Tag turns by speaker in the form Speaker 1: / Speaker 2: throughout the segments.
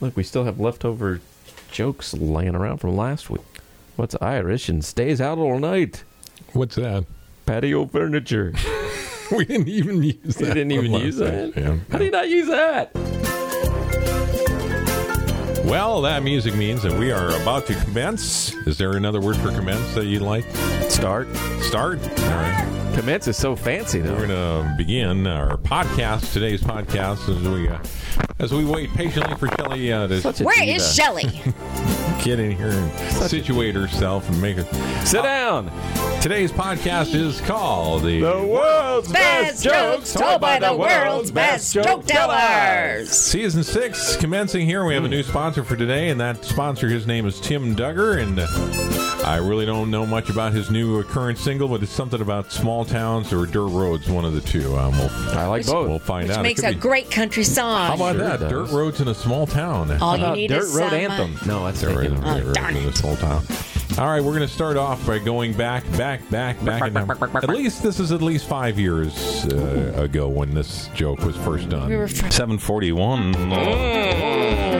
Speaker 1: Look, we still have leftover jokes laying around from last week. What's Irish and stays out all night?
Speaker 2: What's that?
Speaker 1: Patio furniture.
Speaker 2: We didn't even use
Speaker 1: You
Speaker 2: that.
Speaker 1: didn't
Speaker 2: one
Speaker 1: even
Speaker 2: last
Speaker 1: use
Speaker 2: time.
Speaker 1: that.
Speaker 2: Yeah.
Speaker 1: How do you not use that?
Speaker 2: Well, that music means that we are about to commence. Is there another word for commence that you'd like?
Speaker 1: Start.
Speaker 2: Start. All right.
Speaker 1: Commence is so fancy,
Speaker 2: We're
Speaker 1: though.
Speaker 2: going to begin our podcast, today's podcast, as we uh, as we wait patiently for Shelley uh, to
Speaker 1: Such a
Speaker 3: Where
Speaker 1: diva.
Speaker 3: is Shelley?
Speaker 2: get in here and situate herself and make it.
Speaker 1: Sit down.
Speaker 2: Today's podcast is called the.
Speaker 1: world's
Speaker 3: best jokes told by the world's best joke tellers.
Speaker 2: Season six commencing here. We have a new sponsor for today, and that sponsor, his name is Tim Duggar, and uh, I really don't know much about his new uh, current single, but it's something about small towns or dirt roads, one of the two. Um, we'll,
Speaker 1: I like both.
Speaker 2: we'll find
Speaker 3: Which
Speaker 2: out. It
Speaker 3: makes
Speaker 2: could
Speaker 3: a
Speaker 2: be-
Speaker 3: great country
Speaker 2: How
Speaker 3: song.
Speaker 2: about
Speaker 1: Sure
Speaker 2: that?
Speaker 1: does.
Speaker 2: Dirt roads in a small town.
Speaker 3: All
Speaker 1: Uh,
Speaker 3: you need
Speaker 1: Dirt
Speaker 3: is
Speaker 1: Road
Speaker 3: some, uh,
Speaker 1: Anthem. No, that's
Speaker 2: Dirt
Speaker 1: right.
Speaker 2: roads,
Speaker 3: Oh,
Speaker 2: dirt roads
Speaker 3: darn
Speaker 2: in this whole town. All right, we're going to start off by going back, back, back, back. and, um, at least this is at least five years uh, ago when this joke was first done.
Speaker 3: We were fr- Mm.
Speaker 2: 741.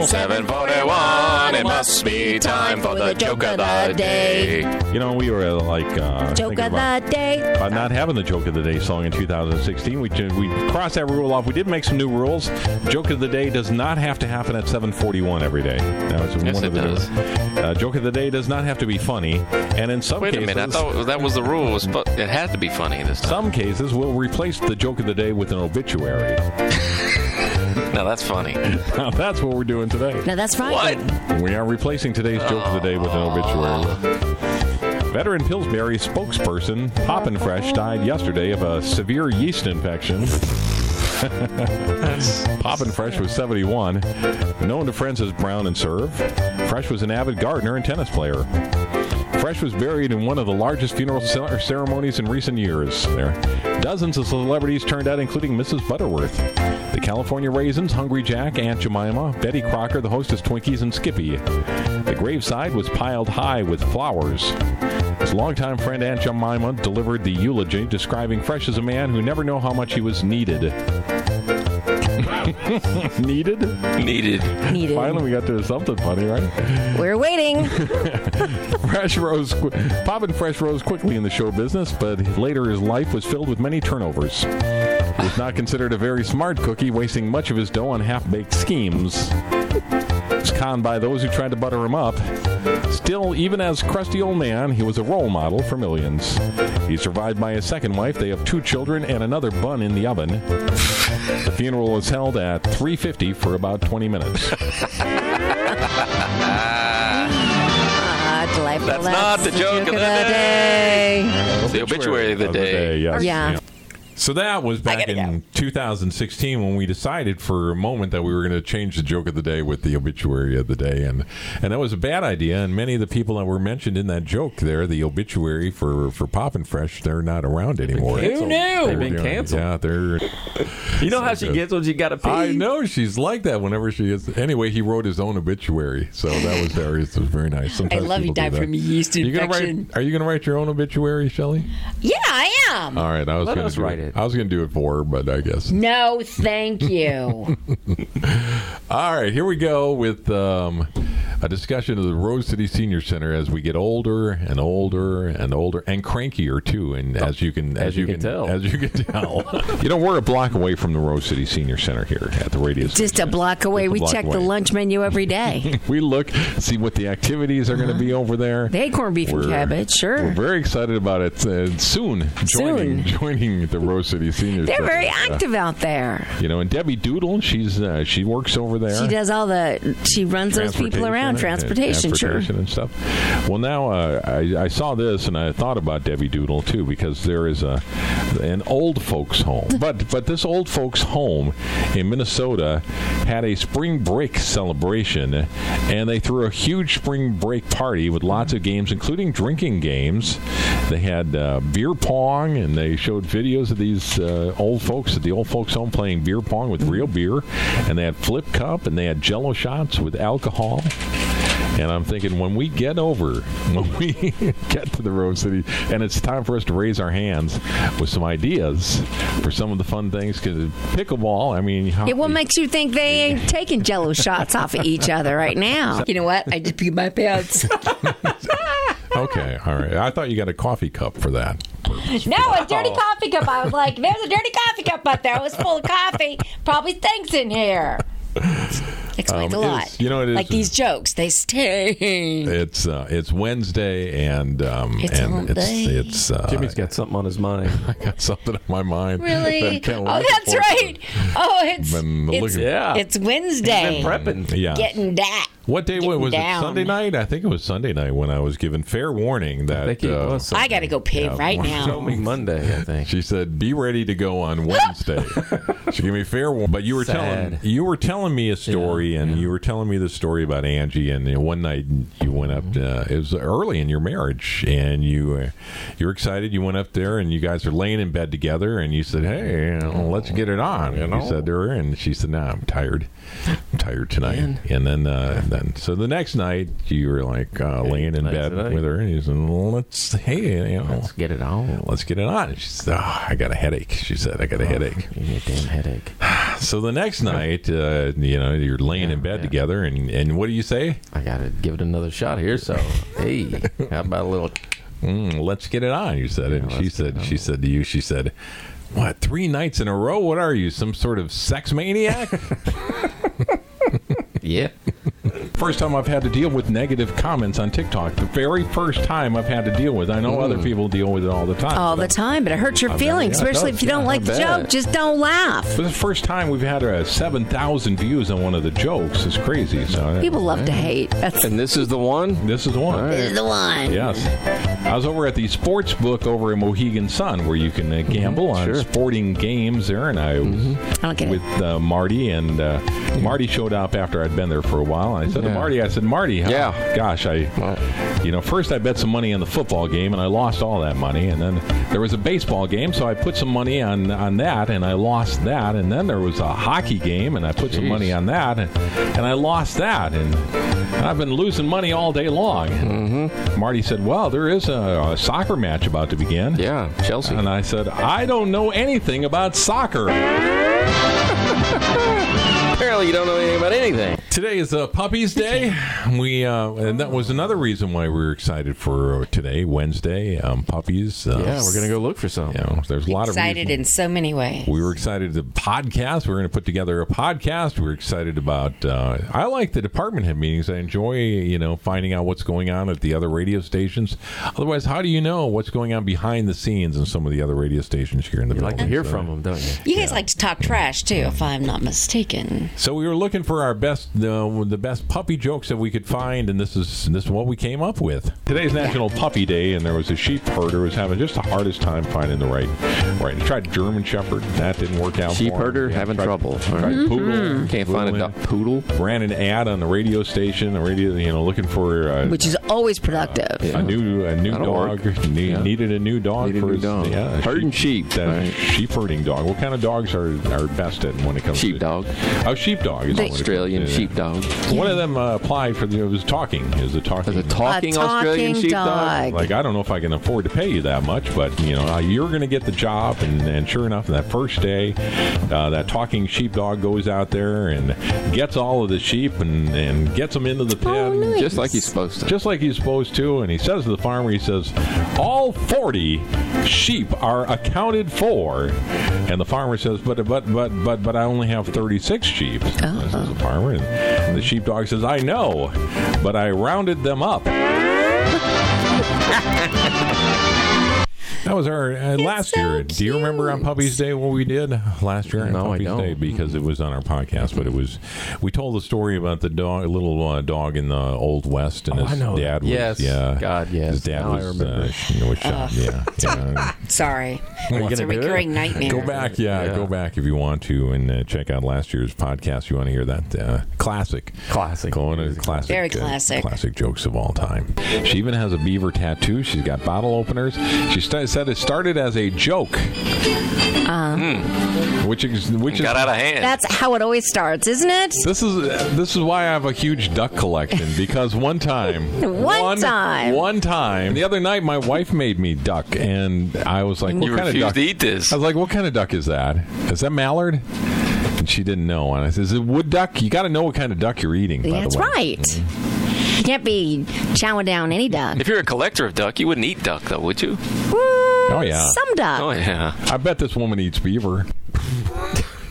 Speaker 4: Seven forty-one. It must be time for the joke of the day.
Speaker 2: You know, we were uh, like uh,
Speaker 3: Joke
Speaker 2: thinking
Speaker 3: of
Speaker 2: about,
Speaker 3: the day.
Speaker 2: about not having the joke of the day song in 2016. We ju- we crossed that rule off. We did make some new rules. Joke of the day does not have to happen at 7:41 every day. That was
Speaker 4: Yes,
Speaker 2: one
Speaker 4: it
Speaker 2: of the
Speaker 4: does.
Speaker 2: Uh, joke of the day does not have to be funny, and in some
Speaker 4: Wait a
Speaker 2: cases,
Speaker 4: minute. I thought that was the rule. It, was fu- it had to be funny this time.
Speaker 2: some cases we'll replace the joke of the day with an obituary.
Speaker 4: Now that's funny.
Speaker 2: Now, that's what we're doing today.
Speaker 3: Now that's right.
Speaker 4: What?
Speaker 2: We are replacing today's joke of the day with an obituary. Veteran Pillsbury spokesperson Hoppin' Fresh died yesterday of a severe yeast infection. Poppin' Fresh was 71, known to friends as Brown and Serve. Fresh was an avid gardener and tennis player. Fresh was buried in one of the largest funeral ce- ceremonies in recent years. There, dozens of celebrities turned out, including Mrs. Butterworth, the California Raisins, Hungry Jack, Aunt Jemima, Betty Crocker, the hostess Twinkies, and Skippy. The graveside was piled high with flowers. His longtime friend Aunt Jemima delivered the eulogy, describing Fresh as a man who never knew how much he was needed. needed?
Speaker 4: Needed.
Speaker 3: Needed.
Speaker 2: Finally, we got to something funny, right?
Speaker 3: We're waiting.
Speaker 2: Fresh rose, qu- Poppin' Fresh rose quickly in the show business, but later his life was filled with many turnovers. He was not considered a very smart cookie, wasting much of his dough on half-baked schemes. He was conned by those who tried to butter him up. Still, even as crusty old man, he was a role model for millions. He's survived by his second wife. They have two children and another bun in the oven. The funeral was held at 3:50 for about 20 minutes.
Speaker 3: Ah, delightful.
Speaker 4: That's not the joke of the
Speaker 3: day.
Speaker 4: The obituary of the day.
Speaker 2: yes.
Speaker 3: Yeah.
Speaker 2: So that was back
Speaker 3: gotta
Speaker 2: in 2016 when we decided for a moment that we were going to change the joke of the day with the obituary of the day, and and that was a bad idea. And many of the people that were mentioned in that joke there, the obituary for for Poppin' Fresh, they're not around anymore.
Speaker 1: Who knew? They've
Speaker 2: They were
Speaker 1: been
Speaker 2: doing-
Speaker 1: canceled.
Speaker 2: Yeah, they're.
Speaker 1: You know how she
Speaker 2: So good.
Speaker 1: gets when she got to pee.
Speaker 2: I know she's like that. Whenever she is, anyway, he wrote his own obituary, so that was very, it was very nice.
Speaker 3: I
Speaker 2: Sometimes
Speaker 3: love you,
Speaker 2: people do
Speaker 3: died
Speaker 2: that.
Speaker 3: from yeast
Speaker 2: You gonna
Speaker 3: infection.
Speaker 2: write? Are you going to write your own obituary, Shelley?
Speaker 3: Yeah, I am.
Speaker 2: All right, I was
Speaker 1: Let
Speaker 2: gonna
Speaker 1: us
Speaker 2: do
Speaker 1: write it.
Speaker 2: I was gonna do it for her, but I guess.
Speaker 3: No, thank you.
Speaker 2: All right, here we go with um, a discussion of the Rose City Senior Center as we get older and older and older and crankier too. And as you can, as,
Speaker 1: Oh, you can tell.
Speaker 2: as you can tell, you know we're a block away from the Rose City Senior Center here at the radio. station.
Speaker 3: Just a block away.
Speaker 2: Just a
Speaker 3: we
Speaker 2: block
Speaker 3: check the
Speaker 2: away.
Speaker 3: lunch menu every day.
Speaker 2: We look, see what the activities are going to be over there.
Speaker 3: Uh-huh. They had corned beef and
Speaker 2: We're-
Speaker 3: cabbage, sure.
Speaker 2: We're very excited about it. Uh, soon, joining,
Speaker 3: Soon.
Speaker 2: joining the Rose City Senior
Speaker 3: They're
Speaker 2: Center.
Speaker 3: very
Speaker 2: Yeah.
Speaker 3: active out there.
Speaker 2: You know, and Debbie Doodle, she's uh, she works over there.
Speaker 3: She does all the. She runs those people around.
Speaker 2: Transportation
Speaker 3: Transportation,
Speaker 2: and-
Speaker 3: sure.
Speaker 2: transportation and stuff. Well, now uh, I, I saw this and I thought about Debbie Doodle too because there is a an old folks home, but but this old folks home in Minnesota had a spring break celebration, and they threw a huge spring break party with lots of games, including drinking games. They had uh, beer pong, and they showed videos of these uh, old folks at the old folks home playing beer pong with real beer, and they had flip cup, and they had Jello shots with alcohol. And I'm thinking when we get over, when we get to the Rose City, and it's time for us to raise our hands with some ideas for some of the fun things. Because pickleball, I mean, how,
Speaker 3: Yeah, what makes you think they ain't taking jello shots off of each other right now? You know what? I just peed my pants.
Speaker 2: okay, all right. I thought you got a coffee cup for that.
Speaker 5: No, a dirty
Speaker 2: Oh.
Speaker 5: coffee cup. I was like, there's a dirty coffee cup out there. It was full of coffee. Probably stinks in here.
Speaker 3: Explains
Speaker 2: Um,
Speaker 3: a
Speaker 2: it
Speaker 3: lot.
Speaker 2: is- you know, it is-
Speaker 3: like these jokes, they stay.
Speaker 2: It's uh, it's Wednesday, and um,
Speaker 3: It's all
Speaker 2: and it's
Speaker 3: day.
Speaker 2: it's uh,
Speaker 1: Jimmy's got something on his mind.
Speaker 2: I got something on my mind.
Speaker 5: Really?
Speaker 2: that I can't
Speaker 5: Oh,
Speaker 2: wait
Speaker 5: that's
Speaker 2: for.
Speaker 5: right. Oh, it's
Speaker 2: Been
Speaker 5: it's,
Speaker 2: looking-
Speaker 1: Yeah.
Speaker 5: it's Wednesday.
Speaker 1: Been prepping.
Speaker 2: Yeah.
Speaker 5: Getting that.
Speaker 2: what day what,
Speaker 5: getting
Speaker 2: was it?
Speaker 5: down.
Speaker 2: Sunday night? I think it was Sunday night when I was given fair warning that
Speaker 1: I think it
Speaker 2: uh,
Speaker 1: was.
Speaker 3: I got to go pee right
Speaker 1: Show
Speaker 3: now.
Speaker 1: me Monday, I think.
Speaker 2: She said, "Be ready to go on Wednesday." she gave me fair warning, but you were
Speaker 1: Sad.
Speaker 2: telling you were telling me a story, and you were telling me the story about Angie. And you know, one night you went up.
Speaker 1: Mm-hmm.
Speaker 2: Uh, it was early in your marriage, and you uh, you're excited. You went up there, and you guys are laying in bed together, and you said, "Hey, you
Speaker 1: Mm-hmm.
Speaker 2: know, let's get it on." You, said to her, and she said, "No, I'm tired. I'm tired tonight." And then uh, then so the next night you were like uh, laying in
Speaker 1: tonight's
Speaker 2: bed
Speaker 1: the night.
Speaker 2: with her, and you said, well, "Let's hey, you know,
Speaker 1: get it on.
Speaker 2: let's get it on. And She said, oh, I got a headache. She said, I got
Speaker 1: Oh.
Speaker 2: a headache.
Speaker 1: You get a damn headache.
Speaker 2: So the next night, uh, you know, you're laying in bed
Speaker 1: yeah.
Speaker 2: together, and, and what do you say?
Speaker 1: I gotta give it another shot here. So, hey, how about a little?
Speaker 2: Mm, let's get it on, you said. and she
Speaker 1: let's get it
Speaker 2: said,
Speaker 1: on.
Speaker 2: she said to you, she said, what, three nights in a row? What are you, some sort of sex maniac?
Speaker 1: Yeah,
Speaker 2: first time I've had to deal with negative comments on TikTok. The very first time I've had to deal with. I know other people deal with it all the time.
Speaker 3: All the time, but it hurts your feelings,
Speaker 2: yeah, it
Speaker 3: especially
Speaker 2: does.
Speaker 3: if you don't
Speaker 2: Yeah, I
Speaker 3: like the
Speaker 1: bet.
Speaker 3: joke. Just don't laugh.
Speaker 2: But this is the first time we've had uh, 7,000 views on one of the jokes. It's crazy. So uh,
Speaker 3: People love to hate. That's
Speaker 1: and this is the one.
Speaker 2: this is one.
Speaker 3: the one.
Speaker 2: Yes. I was over at the sports book over in Mohegan Sun where you can uh, gamble on
Speaker 1: Sure.
Speaker 2: sporting games there. And I was
Speaker 3: I don't get it.
Speaker 2: with uh, Marty, and uh, Marty showed up after I'd been there for a while. And I said
Speaker 1: Yeah.
Speaker 2: to Marty, I said, Marty, huh,
Speaker 1: Yeah.
Speaker 2: gosh, I, you know, first I bet some money on the football game and I lost all that money. And then there was a baseball game, so I put some money on, on that and I lost that. And then there was a hockey game and I put some
Speaker 1: Jeez.
Speaker 2: money on that and, and I lost that. And I've been losing money all day long.
Speaker 1: Mm-hmm.
Speaker 2: Marty said, Well, there is a, a soccer match about to begin.
Speaker 1: Yeah, Chelsea.
Speaker 2: And I said, I don't know anything about soccer.
Speaker 1: Apparently, you don't know anything about anything.
Speaker 2: Today is uh, Puppies Day. We uh, and that was another reason why we were excited for uh, today, Wednesday, um, puppies. Uh,
Speaker 1: Yeah, we're gonna go look for some.
Speaker 2: you know, there's a lot
Speaker 3: Excited
Speaker 2: of
Speaker 3: in
Speaker 2: reasons.
Speaker 3: so many ways.
Speaker 2: We were excited to podcast. We were going to put together a podcast. We were excited about. Uh, I like the department head meetings. I enjoy you know finding out what's going on at the other radio stations. Otherwise, how do you know what's going on behind the scenes in some of the other radio stations here in the?
Speaker 1: You like to hear from them, don't you?
Speaker 3: You guys like to talk trash too, if I'm not mistaken.
Speaker 2: So we were looking for our best, uh, the best puppy jokes that we could find, and this is this is what we came up with. Today's National Puppy Day, and there was a sheep herder who was having just the hardest time finding the right, right. He tried German Shepherd, that didn't work out.
Speaker 1: Sheep
Speaker 2: for him.
Speaker 1: herder
Speaker 2: Yeah,
Speaker 1: having
Speaker 2: tried-
Speaker 1: trouble. All
Speaker 2: Tried
Speaker 1: right.
Speaker 2: poodle,
Speaker 1: Can't find a
Speaker 2: poodle
Speaker 1: duck poodle.
Speaker 2: in. Ran an ad on the radio station, the radio, you know, looking for uh,
Speaker 3: Which is always productive.
Speaker 2: a new a new
Speaker 1: That'll
Speaker 2: dog.
Speaker 1: work.
Speaker 2: Ne-
Speaker 1: Yeah.
Speaker 2: Needed a new dog
Speaker 1: Needed a
Speaker 2: for
Speaker 1: new
Speaker 2: his
Speaker 1: dog.
Speaker 2: Yeah, a
Speaker 1: Herding sheep,
Speaker 2: that
Speaker 1: right.
Speaker 2: sheep herding dog. What kind of dogs are are best at when it comes
Speaker 1: Sheepdog.
Speaker 2: to sheepdog? Oh, sheepdog is
Speaker 3: They-
Speaker 2: what it is.
Speaker 1: Australian
Speaker 2: Yeah.
Speaker 1: sheepdog.
Speaker 2: One of them uh, applied for the it was talking. It was a talking.
Speaker 1: There's a talking, Australian
Speaker 3: talking
Speaker 1: sheepdog.
Speaker 3: dog.
Speaker 2: like I don't know if I can afford to pay you that much, but you know uh, you're going to get the job. And, and sure enough, that first day, uh, that talking sheepdog goes out there and gets all of the sheep and, and gets them into the pen,
Speaker 1: Just like he's supposed to.
Speaker 2: just like he's supposed to. And he says to the farmer, he says, "All forty sheep are accounted for." And the farmer says, "But but but but but I only have thirty-six sheep." Says the farmer, and the sheepdog says, "I know, but I rounded them up." That was our uh, last
Speaker 5: so
Speaker 2: year. Do you remember on Puppies Day what we did last year? on
Speaker 1: No, I
Speaker 2: Puppies
Speaker 1: don't.
Speaker 2: Day because it was on our podcast, but it was we told the story about the dog, little uh, dog in the old west, and
Speaker 1: Oh,
Speaker 2: his
Speaker 1: I know that.
Speaker 2: dad was
Speaker 1: Yes.
Speaker 2: yeah,
Speaker 1: God, yes.
Speaker 2: his dad
Speaker 1: Now I
Speaker 2: was,
Speaker 1: remember.
Speaker 2: uh, sh- was shot. Yeah, yeah.
Speaker 3: Sorry.
Speaker 1: you
Speaker 3: It's a
Speaker 1: gonna do?
Speaker 3: recurring nightmare.
Speaker 2: Go back, yeah,
Speaker 1: Yeah.
Speaker 2: go back if you want to, and uh, check out last year's podcast. You want to hear that uh, classic,
Speaker 1: Classic.
Speaker 2: going to classic,
Speaker 3: Very
Speaker 2: uh,
Speaker 3: classic.
Speaker 2: classic jokes of all time. She even has a beaver tattoo. She's got bottle openers. She st- said it started as a joke,
Speaker 3: Uh-huh.
Speaker 2: Hmm. which is which is
Speaker 4: Got out of hand.
Speaker 3: That's how it always starts, isn't it?
Speaker 2: This is this is why I have a huge duck collection because one time,
Speaker 3: One time.
Speaker 2: one time, the other night my wife made me duck, and I was like, "What
Speaker 4: you
Speaker 2: kind of
Speaker 4: refuse
Speaker 2: duck?"
Speaker 4: to eat this.
Speaker 2: I was like, "What kind of duck is that? Is that mallard?" And she didn't know, and I said, "Is it wood duck? You got to know what kind of duck you're eating." By
Speaker 3: That's
Speaker 2: the way. Mm-hmm.
Speaker 3: right. You can't be chowing down any duck.
Speaker 4: If you're a collector of duck, you wouldn't eat duck, though, would you?
Speaker 2: Oh yeah,
Speaker 3: Some duck.
Speaker 4: Oh, yeah.
Speaker 2: I bet this woman eats beaver.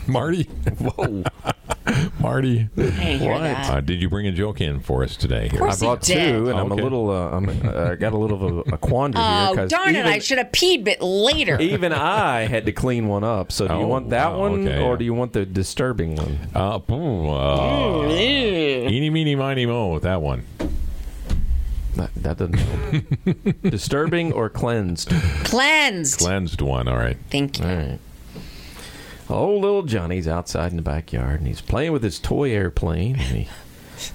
Speaker 2: Marty, whoa, Marty,
Speaker 3: hear that.
Speaker 2: Uh, did you bring a joke in for us today? Here?
Speaker 1: I brought two,
Speaker 3: did.
Speaker 1: and I'm
Speaker 2: Okay.
Speaker 1: a little. Uh, I'm uh, got a little of a, a quandary
Speaker 3: Oh,
Speaker 1: here because
Speaker 3: darn
Speaker 1: even,
Speaker 3: it. I should have peed bit later.
Speaker 1: even I had to clean one up. So do
Speaker 2: Oh,
Speaker 1: you want that
Speaker 2: wow,
Speaker 1: one,
Speaker 2: okay,
Speaker 1: or
Speaker 2: yeah.
Speaker 1: do you want the disturbing one?
Speaker 2: Uh, boom, uh,
Speaker 3: Mm,
Speaker 2: eeny, meeny, miny, mo with that one.
Speaker 1: That, that doesn't help. disturbing or cleansed.
Speaker 3: Cleansed.
Speaker 2: Cleansed one, all right.
Speaker 3: Thank you.
Speaker 1: All right. Old little Johnny's outside in the backyard and he's playing with his toy airplane. And he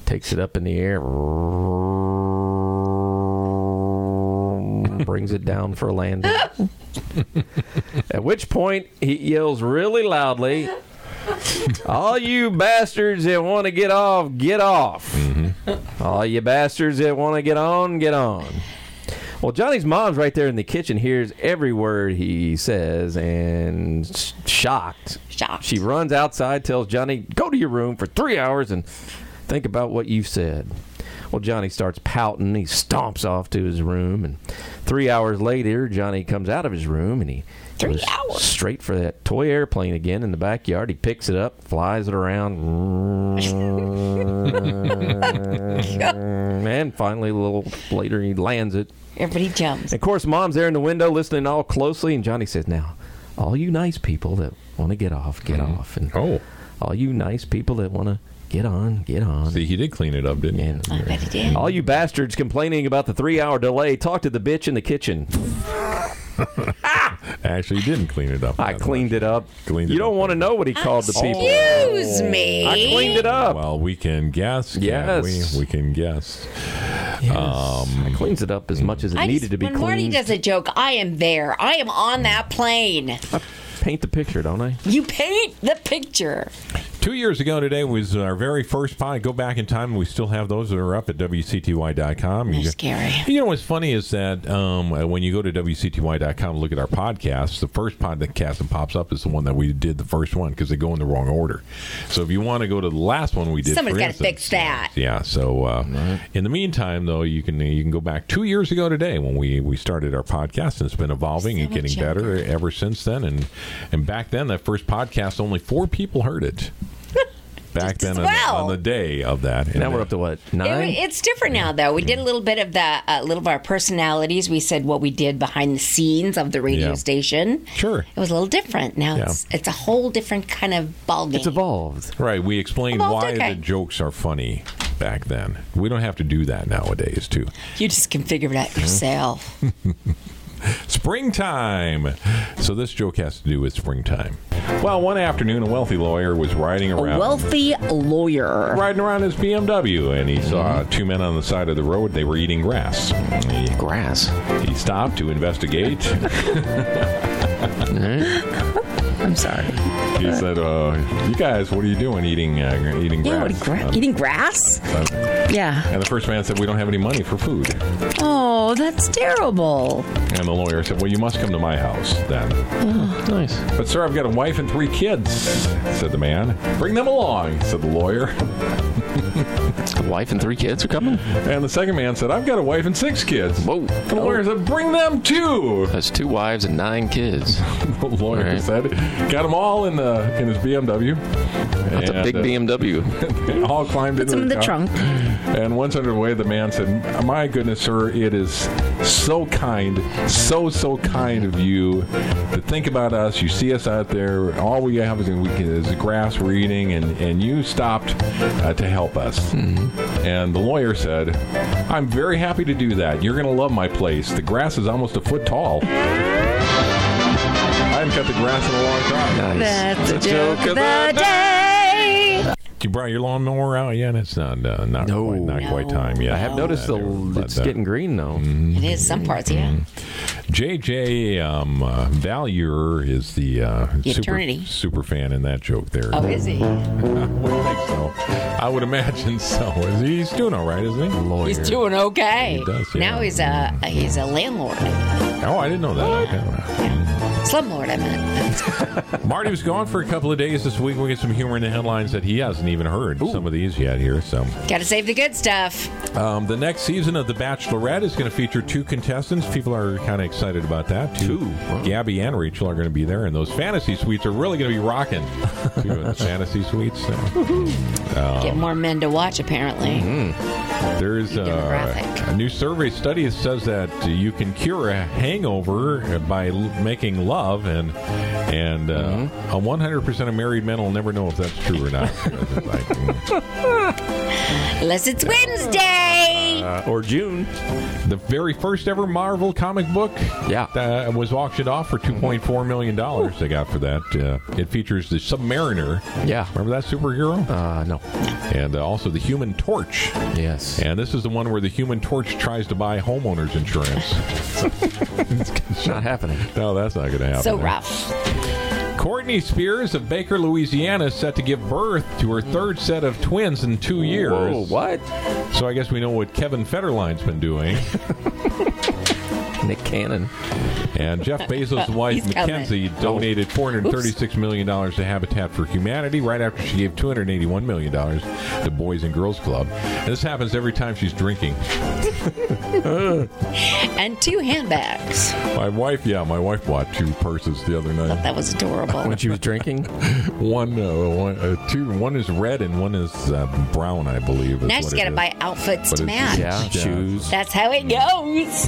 Speaker 1: takes it up in the air, brings it down for a landing. At which point he yells really loudly, "All you bastards that want to get off, get off! All you bastards that want to get on, get on!" Well, Johnny's mom's right there in the kitchen, hears every word he says, and sh- shocked.
Speaker 3: Shocked.
Speaker 1: She runs outside, tells Johnny, Go to your room for three hours and think about what you've said. Well, Johnny starts pouting. He stomps off to his room, and three hours later, Johnny comes out of his room and he
Speaker 3: Three
Speaker 1: goes
Speaker 3: hours.
Speaker 1: straight for that toy airplane again in the backyard. He picks it up, flies it around, and finally, a little later, he lands it
Speaker 5: Everybody jumps.
Speaker 1: of course, mom's there in the window listening all closely, and Johnny says, "Now, all you nice people that want to get off, get off, and
Speaker 2: Oh,
Speaker 1: all you nice people that want to get on, get on."
Speaker 2: see, he did clean it up, didn't he?
Speaker 1: And
Speaker 5: I bet he did.
Speaker 1: all you bastards complaining about the three-hour delay, talk to the bitch in the kitchen.
Speaker 2: Actually, he didn't clean it up.
Speaker 1: I cleaned it up.
Speaker 2: Cleaned it
Speaker 1: you
Speaker 2: up.
Speaker 1: don't want to know what he called the people. Oh.
Speaker 3: Excuse me.
Speaker 1: I cleaned it up.
Speaker 2: Well, we can guess. can't
Speaker 1: Yes.
Speaker 2: we? we can guess.
Speaker 1: Yes. I cleans it up as much as it
Speaker 5: I
Speaker 1: needed
Speaker 5: just,
Speaker 1: to be
Speaker 5: when Marty
Speaker 1: cleaned.
Speaker 5: does a joke, I am there. I am on that plane.
Speaker 1: Paint the picture, don't I?
Speaker 5: You paint the picture.
Speaker 2: Two years ago today was our very first pod. Go back in time, and we still have those that are up at WCTY.com. You
Speaker 5: They're
Speaker 2: go-
Speaker 5: scary.
Speaker 2: You know what's funny is that um, when you go to WCTY.com and look at our podcasts, the first podcast that pops up is the one that we did the first one because they go in the wrong order. So if you want to go to the last one we did,
Speaker 5: Someone's
Speaker 2: got
Speaker 5: gotta fix that.
Speaker 2: Yeah. So uh, in the meantime, though, you can you can go back two years ago today when we, we started our podcast and it's been evolving and
Speaker 5: Someone
Speaker 2: getting
Speaker 5: check
Speaker 2: better ever since then. And and back then, that first podcast, only four people heard it. Back
Speaker 5: Just as
Speaker 2: then, on the-
Speaker 5: well.
Speaker 2: on, the, day of that, And
Speaker 1: Now we're up to what nine?
Speaker 5: It- it's different now, though. We did a little bit of the uh, little of our personalities. We said what we did behind the scenes of the radio
Speaker 2: Yeah.
Speaker 5: station.
Speaker 2: Sure.
Speaker 5: it was a little different. Now
Speaker 2: Yeah.
Speaker 5: it's it's a whole different kind of ballgame.
Speaker 1: it's evolved.
Speaker 2: Right. We explained
Speaker 5: Well,
Speaker 2: why
Speaker 5: okay.
Speaker 2: the jokes are funny back then. We don't have to do that nowadays, too.
Speaker 5: you just can figure it out yourself.
Speaker 2: Springtime. So this joke has to do with springtime. Well, one afternoon, a wealthy lawyer was riding
Speaker 3: A
Speaker 2: around.
Speaker 3: wealthy lawyer.
Speaker 2: Riding around his BMW, and he saw two men on the side of the road. They were eating grass. He,
Speaker 4: Grass.
Speaker 2: he stopped to investigate.
Speaker 3: I'm sorry.
Speaker 2: he said, uh, "You guys, what are you doing eating uh, eating
Speaker 3: Yeah,
Speaker 2: grass?"
Speaker 3: what, gra-
Speaker 2: Um,
Speaker 3: eating grass?
Speaker 2: uh,
Speaker 3: Yeah.
Speaker 2: and the first man said, "We don't have any money for food."
Speaker 3: Oh, that's terrible.
Speaker 2: And the lawyer said, "Well, you must come to my house then."
Speaker 1: Nice.
Speaker 2: But, sir, I've got a wife and three kids, said the man. Bring them along, said the lawyer.
Speaker 4: The wife and three kids are coming?
Speaker 2: And the second man said, I've got a wife and six kids.
Speaker 4: Whoa.
Speaker 2: The lawyer said, Bring them too.
Speaker 4: That's two wives and nine kids.
Speaker 2: The lawyer
Speaker 4: All right.
Speaker 2: said, Got them all in, the, in his BMW.
Speaker 4: That's a
Speaker 2: And,
Speaker 4: big
Speaker 2: uh,
Speaker 4: BMW.
Speaker 2: They all climbed into
Speaker 3: some in
Speaker 2: the,
Speaker 3: the
Speaker 2: car.
Speaker 3: trunk.
Speaker 2: And once underway, the man said, My goodness, sir, it is so kind, so, so kind of you to think about us. You see us out there. All we have is, is grass we're eating, and, and you stopped uh, to help us. And the lawyer said, I'm very happy to do that. You're going to love my place. The grass is almost a foot tall. I haven't cut the grass in a long time.
Speaker 4: Nice.
Speaker 3: That's a joke of
Speaker 4: the
Speaker 3: the day.
Speaker 2: You brought your lawnmower out yet? It's not uh, not,
Speaker 1: No.
Speaker 2: quite, not quite time yet.
Speaker 1: I have noticed the, it's Mm.
Speaker 2: But, uh,
Speaker 1: getting green though.
Speaker 5: it is some parts, yeah.
Speaker 2: Now, JJ um, uh, Valier is the uh,
Speaker 3: Eternity.
Speaker 2: super, super fan in that joke there.
Speaker 3: Oh, is he?
Speaker 2: I would think so. I would imagine so. Is he- He's doing all right, isn't he?
Speaker 3: He's doing okay.
Speaker 2: He does, yeah.
Speaker 3: Now he's a he's a landlord,
Speaker 2: Oh, I didn't know that. Okay.
Speaker 3: slumlord. I meant.
Speaker 2: Marty was gone for a couple of days this week. We'll get some humor in the headlines that he hasn't even heard some of these yet here. So,
Speaker 3: Got to save the good stuff.
Speaker 2: um, the next season of The Bachelorette is going to feature two contestants. People are kind of excited about that. Two, Gabby and Rachel are going to be there, and those fantasy suites are really going to be rocking. Two of the fantasy suites. Oh.
Speaker 3: Get more men to watch. Apparently,
Speaker 2: Mm-hmm. There's uh,
Speaker 3: demographic.
Speaker 2: a new survey study that says that you can cure a hangover by l- making love, and and uh, a 100% of married men will never know if that's true or not. It's like, mm.
Speaker 3: unless it's Wednesday.
Speaker 2: Ah,
Speaker 1: Uh, or June.
Speaker 2: the very first ever Marvel comic book
Speaker 1: Yeah.
Speaker 2: uh, was auctioned off for 2.4 million dollars. They got for that. Uh, it features the Submariner.
Speaker 1: Yeah.
Speaker 2: remember that superhero?
Speaker 1: Uh, no.
Speaker 2: and uh, also the Human Torch.
Speaker 1: Yes.
Speaker 2: And this is the one where the Human Torch tries to buy homeowners insurance.
Speaker 1: It's not happening.
Speaker 2: No, that's not going to happen.
Speaker 3: So rough.
Speaker 2: Courtney Spears of Baker, Louisiana, is set to give birth to her third set of twins in two years.
Speaker 1: Whoa, Oh, what?
Speaker 2: So I guess we know what Kevin Federline's been doing.
Speaker 1: Nick Cannon.
Speaker 2: And Jeff Bezos' wife,
Speaker 3: He's coming.
Speaker 2: Mackenzie, donated $436 million dollars to Habitat for Humanity right after she gave $281 million dollars to Boys and Girls Club. And this happens every time she's drinking.
Speaker 3: And two handbags.
Speaker 2: My wife, yeah, my wife bought two purses the other night.
Speaker 3: That was adorable.
Speaker 1: When she was drinking.
Speaker 2: One, uh, one, uh, two, one is red and one is uh, brown, I believe. is
Speaker 3: Now
Speaker 2: what
Speaker 3: she's
Speaker 2: it
Speaker 3: got to
Speaker 2: is.
Speaker 3: buy outfits
Speaker 2: But it's just-
Speaker 3: to match.
Speaker 1: Yeah.
Speaker 2: Yeah. Mm-hmm.
Speaker 1: Shoes.
Speaker 3: That's how it goes.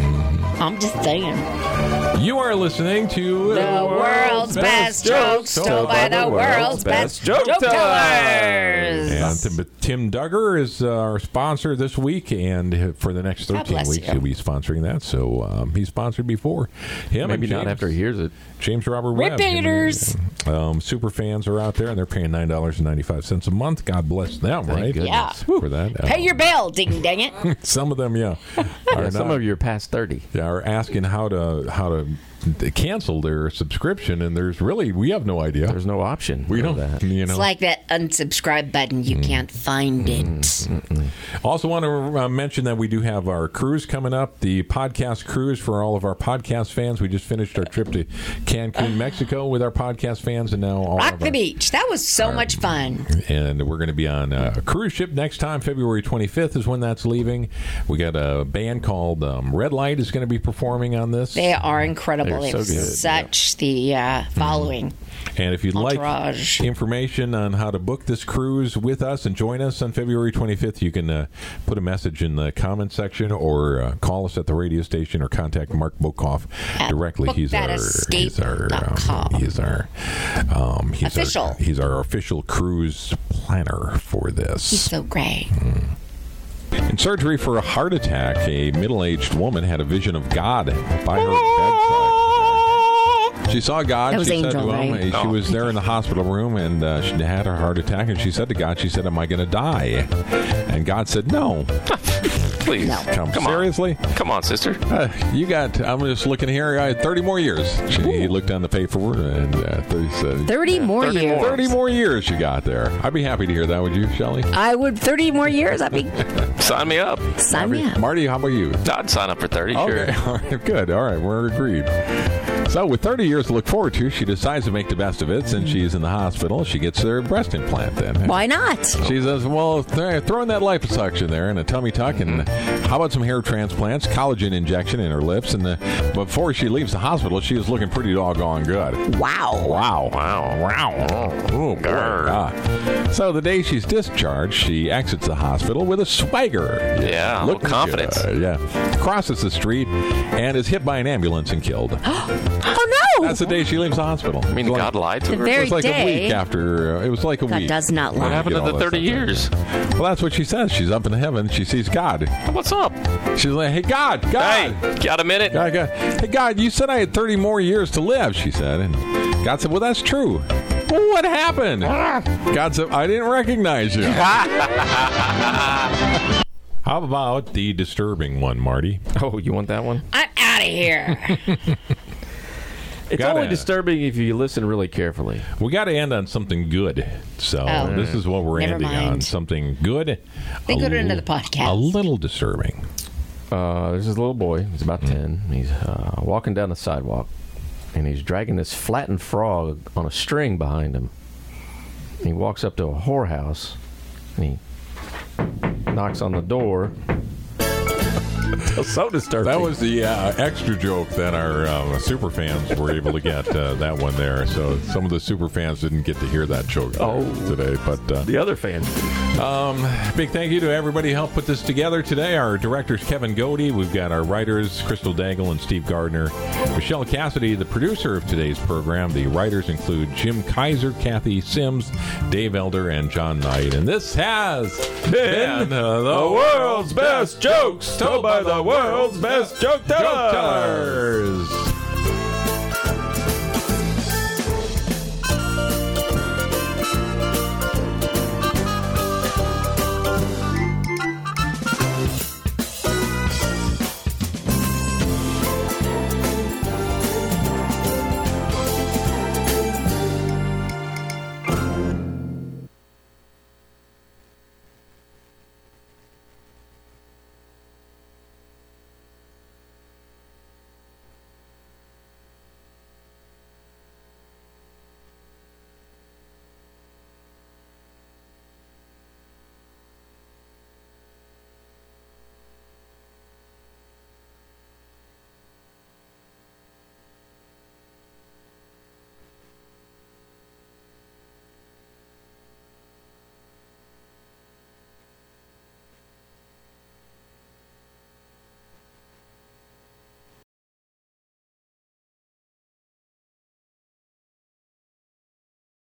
Speaker 3: I'm just saying.
Speaker 2: You are listening to
Speaker 3: The world's best jokes told by the world's best joke
Speaker 2: And
Speaker 3: tellers.
Speaker 2: Tim, Tim Duggar is uh, our sponsor this week, and for the next 13
Speaker 3: bless
Speaker 2: weeks,
Speaker 3: you.
Speaker 2: he'll be sponsoring that. So um, he's sponsored before. Him
Speaker 1: Maybe
Speaker 2: and
Speaker 1: not
Speaker 2: James-
Speaker 1: after he hears it.
Speaker 2: James Robert Webb.
Speaker 3: Repeaters.
Speaker 2: Um, super fans are out there, and they're paying $9.95 a month. God bless them, right?
Speaker 1: goodness.
Speaker 3: Yeah.
Speaker 2: For that. Uh,
Speaker 3: Pay your bill, ding dang it.
Speaker 2: some of them, yeah.
Speaker 1: Yeah,
Speaker 2: are
Speaker 1: some
Speaker 2: not-
Speaker 1: of you are past 30.
Speaker 2: yeah, are asking how to how to to cancel their subscription, and there's really we have no idea.
Speaker 1: There's no option.
Speaker 2: we
Speaker 1: for
Speaker 2: don't,
Speaker 1: That.
Speaker 2: you know.
Speaker 3: It's like that unsubscribe button. You can't find it.
Speaker 2: also, want to uh, mention that we do have our cruise coming up, the podcast cruise for all of our podcast fans. We just finished our trip to Cancun, Mexico, with our podcast fans, and now all
Speaker 3: Rock
Speaker 2: of
Speaker 3: the
Speaker 2: our,
Speaker 3: beach. That was so much fun.
Speaker 2: and we're going to be on uh, a cruise ship next time. February 25th is when that's leaving. We got a band called um, Red Light is going to be performing on this.
Speaker 3: They are incredible. They
Speaker 1: so
Speaker 3: have
Speaker 1: good,
Speaker 3: such the uh, following.
Speaker 2: And if you'd
Speaker 3: Entourage.
Speaker 2: like information on how to book this cruise with us and join us on February 25th, you can uh, put a message in the comment section or uh, call us at the radio station or contact Mark Bokoff directly. He's our, he's our um,
Speaker 3: bookthatascape.com.
Speaker 2: he's our um, he's Our,
Speaker 3: Official.
Speaker 2: he's our official cruise planner for this.
Speaker 3: So great.
Speaker 2: In surgery for a heart attack, a middle-aged woman had a vision of God by her bedside. She saw God.
Speaker 3: That was
Speaker 2: she said
Speaker 3: Angel,
Speaker 2: to him,
Speaker 3: right?
Speaker 2: She was there in the hospital room, and uh, she had her heart attack. And she said to God, "She said, am I going to die?" And God said, "No.
Speaker 4: Please.
Speaker 2: Come,
Speaker 4: Come on.
Speaker 2: seriously,
Speaker 4: Come on, sister.
Speaker 2: uh, you got. I'm just looking here. I had 30 more years." She, he looked on the paperwork and uh, he said,
Speaker 3: 30 more
Speaker 4: 30
Speaker 3: years.
Speaker 4: more.
Speaker 2: 30 more years you got there. I'd be happy to hear that. Would you, Shelley?
Speaker 3: I would 30 more years. I'd be
Speaker 4: Sign me up.
Speaker 3: sign me up.
Speaker 2: Marty, how about you?
Speaker 4: I'd sign up for 30,
Speaker 2: Okay,
Speaker 4: sure.
Speaker 2: all right, good. All right, we're agreed. So, with 30 years to look forward to, she decides to make the best of it since she's in the hospital. She gets her breast implant then.
Speaker 3: Why not?
Speaker 2: She says, well, th- throw in that liposuction there and a tummy tuck, and how about some hair transplants, collagen injection in her lips. And uh, before she leaves the hospital, she was looking pretty doggone good.
Speaker 3: Wow.
Speaker 2: Wow. Wow. Wow. Oh, boy.
Speaker 4: Grr.
Speaker 2: Ah. So the day she's discharged, she exits the hospital with a swagger.
Speaker 4: Yeah, a little
Speaker 2: Looking
Speaker 4: confidence.
Speaker 2: good, yeah. Crosses the street and is hit by an ambulance and killed.
Speaker 3: Oh, no.
Speaker 2: That's the day she leaves the hospital.
Speaker 4: I mean, God lied to
Speaker 3: The
Speaker 4: her.
Speaker 2: It
Speaker 3: very-
Speaker 2: was like a
Speaker 3: day.
Speaker 2: week after. Uh, it was like a
Speaker 3: God
Speaker 2: week.
Speaker 3: does not
Speaker 2: When
Speaker 3: lie.
Speaker 4: what
Speaker 2: you
Speaker 4: happened
Speaker 2: get
Speaker 4: to
Speaker 2: all
Speaker 4: the
Speaker 2: that
Speaker 4: 30
Speaker 2: stuff done.
Speaker 4: years?
Speaker 2: Well, that's what she says. She's up in heaven. She sees God.
Speaker 4: What's up?
Speaker 2: She's like, "Hey, God, God,
Speaker 4: Hey, got a minute?
Speaker 2: God, God. Hey, God, you said I had 30 more years to live, she said. And God said, Well, that's true. Well, what happened? God said, I didn't recognize you. How How about the disturbing one, Marty?
Speaker 1: Oh, you want that one?
Speaker 3: I'm out of here.
Speaker 1: It's
Speaker 2: Gotta-
Speaker 1: only disturbing if you listen really carefully.
Speaker 2: We got to end on something good. So
Speaker 3: Oh.
Speaker 2: this is what we're
Speaker 3: Never
Speaker 2: ending
Speaker 3: mind.
Speaker 2: on something good.
Speaker 3: They
Speaker 2: a
Speaker 3: go to
Speaker 2: l-
Speaker 3: another podcast.
Speaker 2: A little disturbing.
Speaker 1: Uh, there's this little boy. He's about ten. He's uh, walking down the sidewalk, and he's dragging this flattened frog on a string behind him. And he walks up to a whorehouse, and he knocks on the door. so disturbing.
Speaker 2: That was the uh, extra joke that our um, super fans were able to get uh, that one there. So some of the super fans didn't get to hear that joke
Speaker 1: Oh.
Speaker 2: today. But uh,
Speaker 1: the other fan.
Speaker 2: big thank you to everybody who helped put this together today. Our directors Kevin Godey, we've got our writers Crystal Dangle and Steve Gardner, Michelle Cassidy, the producer of today's program. The writers include Jim Kaiser, Kathy Sims, Dave Elder, and John Knight. And this has been uh, the world's best jokes told by the world's best joke tellers.